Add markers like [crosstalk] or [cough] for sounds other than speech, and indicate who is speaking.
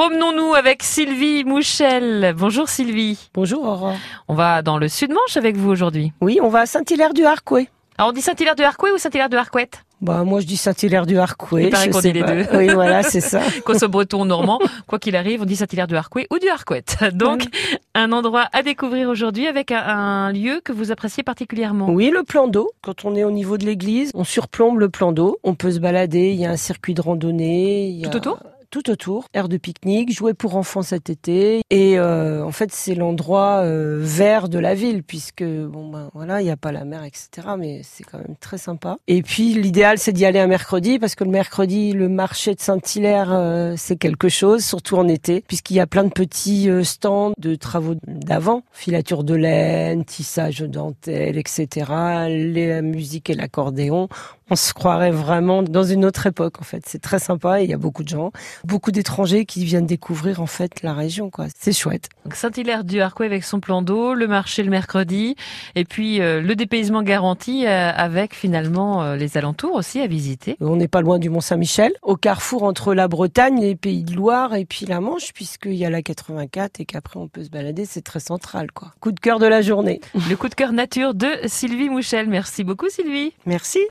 Speaker 1: Promenons-nous avec Sylvie Mouchel. Bonjour Sylvie.
Speaker 2: Bonjour Aurore.
Speaker 1: On va dans le Sud-Manche avec vous aujourd'hui.
Speaker 2: Oui, on va à Saint-Hilaire-du-Harcouët.
Speaker 1: Alors on dit Saint-Hilaire de Harcouët ou Saint-Hilaire de Harcouët
Speaker 2: Bah moi je dis Saint-Hilaire-du-Harcouët.
Speaker 1: Il paraît
Speaker 2: je
Speaker 1: qu'on
Speaker 2: sais
Speaker 1: dit les
Speaker 2: pas.
Speaker 1: deux.
Speaker 2: Oui, voilà,
Speaker 1: [laughs]
Speaker 2: c'est ça.
Speaker 1: Qu'on soit breton ou normand, quoi qu'il arrive, on dit Saint-Hilaire de Harcouët ou du Harcouët. [laughs] Donc un endroit à découvrir aujourd'hui avec un, un lieu que vous appréciez particulièrement.
Speaker 2: Oui, le plan d'eau. Quand on est au niveau de l'église, on surplombe le plan d'eau. On peut se balader. Il y a un circuit de randonnée. il y a-
Speaker 1: Tout autour
Speaker 2: Tout autour. Aire de pique-nique, jouets pour enfants cet été. Et euh, en fait, c'est l'endroit euh, vert de la ville puisque bon ben voilà, il n'y a pas la mer, etc. Mais c'est quand même très sympa. Et puis l'idéal, c'est d'y aller un mercredi parce que le mercredi, le marché de Saint-Hilaire, euh, c'est quelque chose, surtout en été, puisqu'il y a plein de petits euh, stands de travaux d'avant, filature de laine, tissage de dentelle, etc. les- la musique et l'accordéon. On se croirait vraiment dans une autre époque, en fait. C'est très sympa et il y a beaucoup de gens, beaucoup d'étrangers qui viennent découvrir, en fait, la région, quoi. C'est chouette.
Speaker 1: Donc Saint-Hilaire du Harcouët avec son plan d'eau, le marché le mercredi et puis euh, le dépaysement garanti euh, avec finalement euh, les alentours aussi à
Speaker 2: [laughs]
Speaker 1: visiter.
Speaker 2: On n'est pas loin du Mont-Saint-Michel, au carrefour entre la Bretagne, les Pays de Loire et puis la Manche, puisqu'il y a la 84 et qu'après on peut se balader, c'est très central, quoi. Coup de cœur de la journée.
Speaker 1: Le coup de cœur nature de Sylvie Mouchel. Merci beaucoup Sylvie.
Speaker 2: Merci.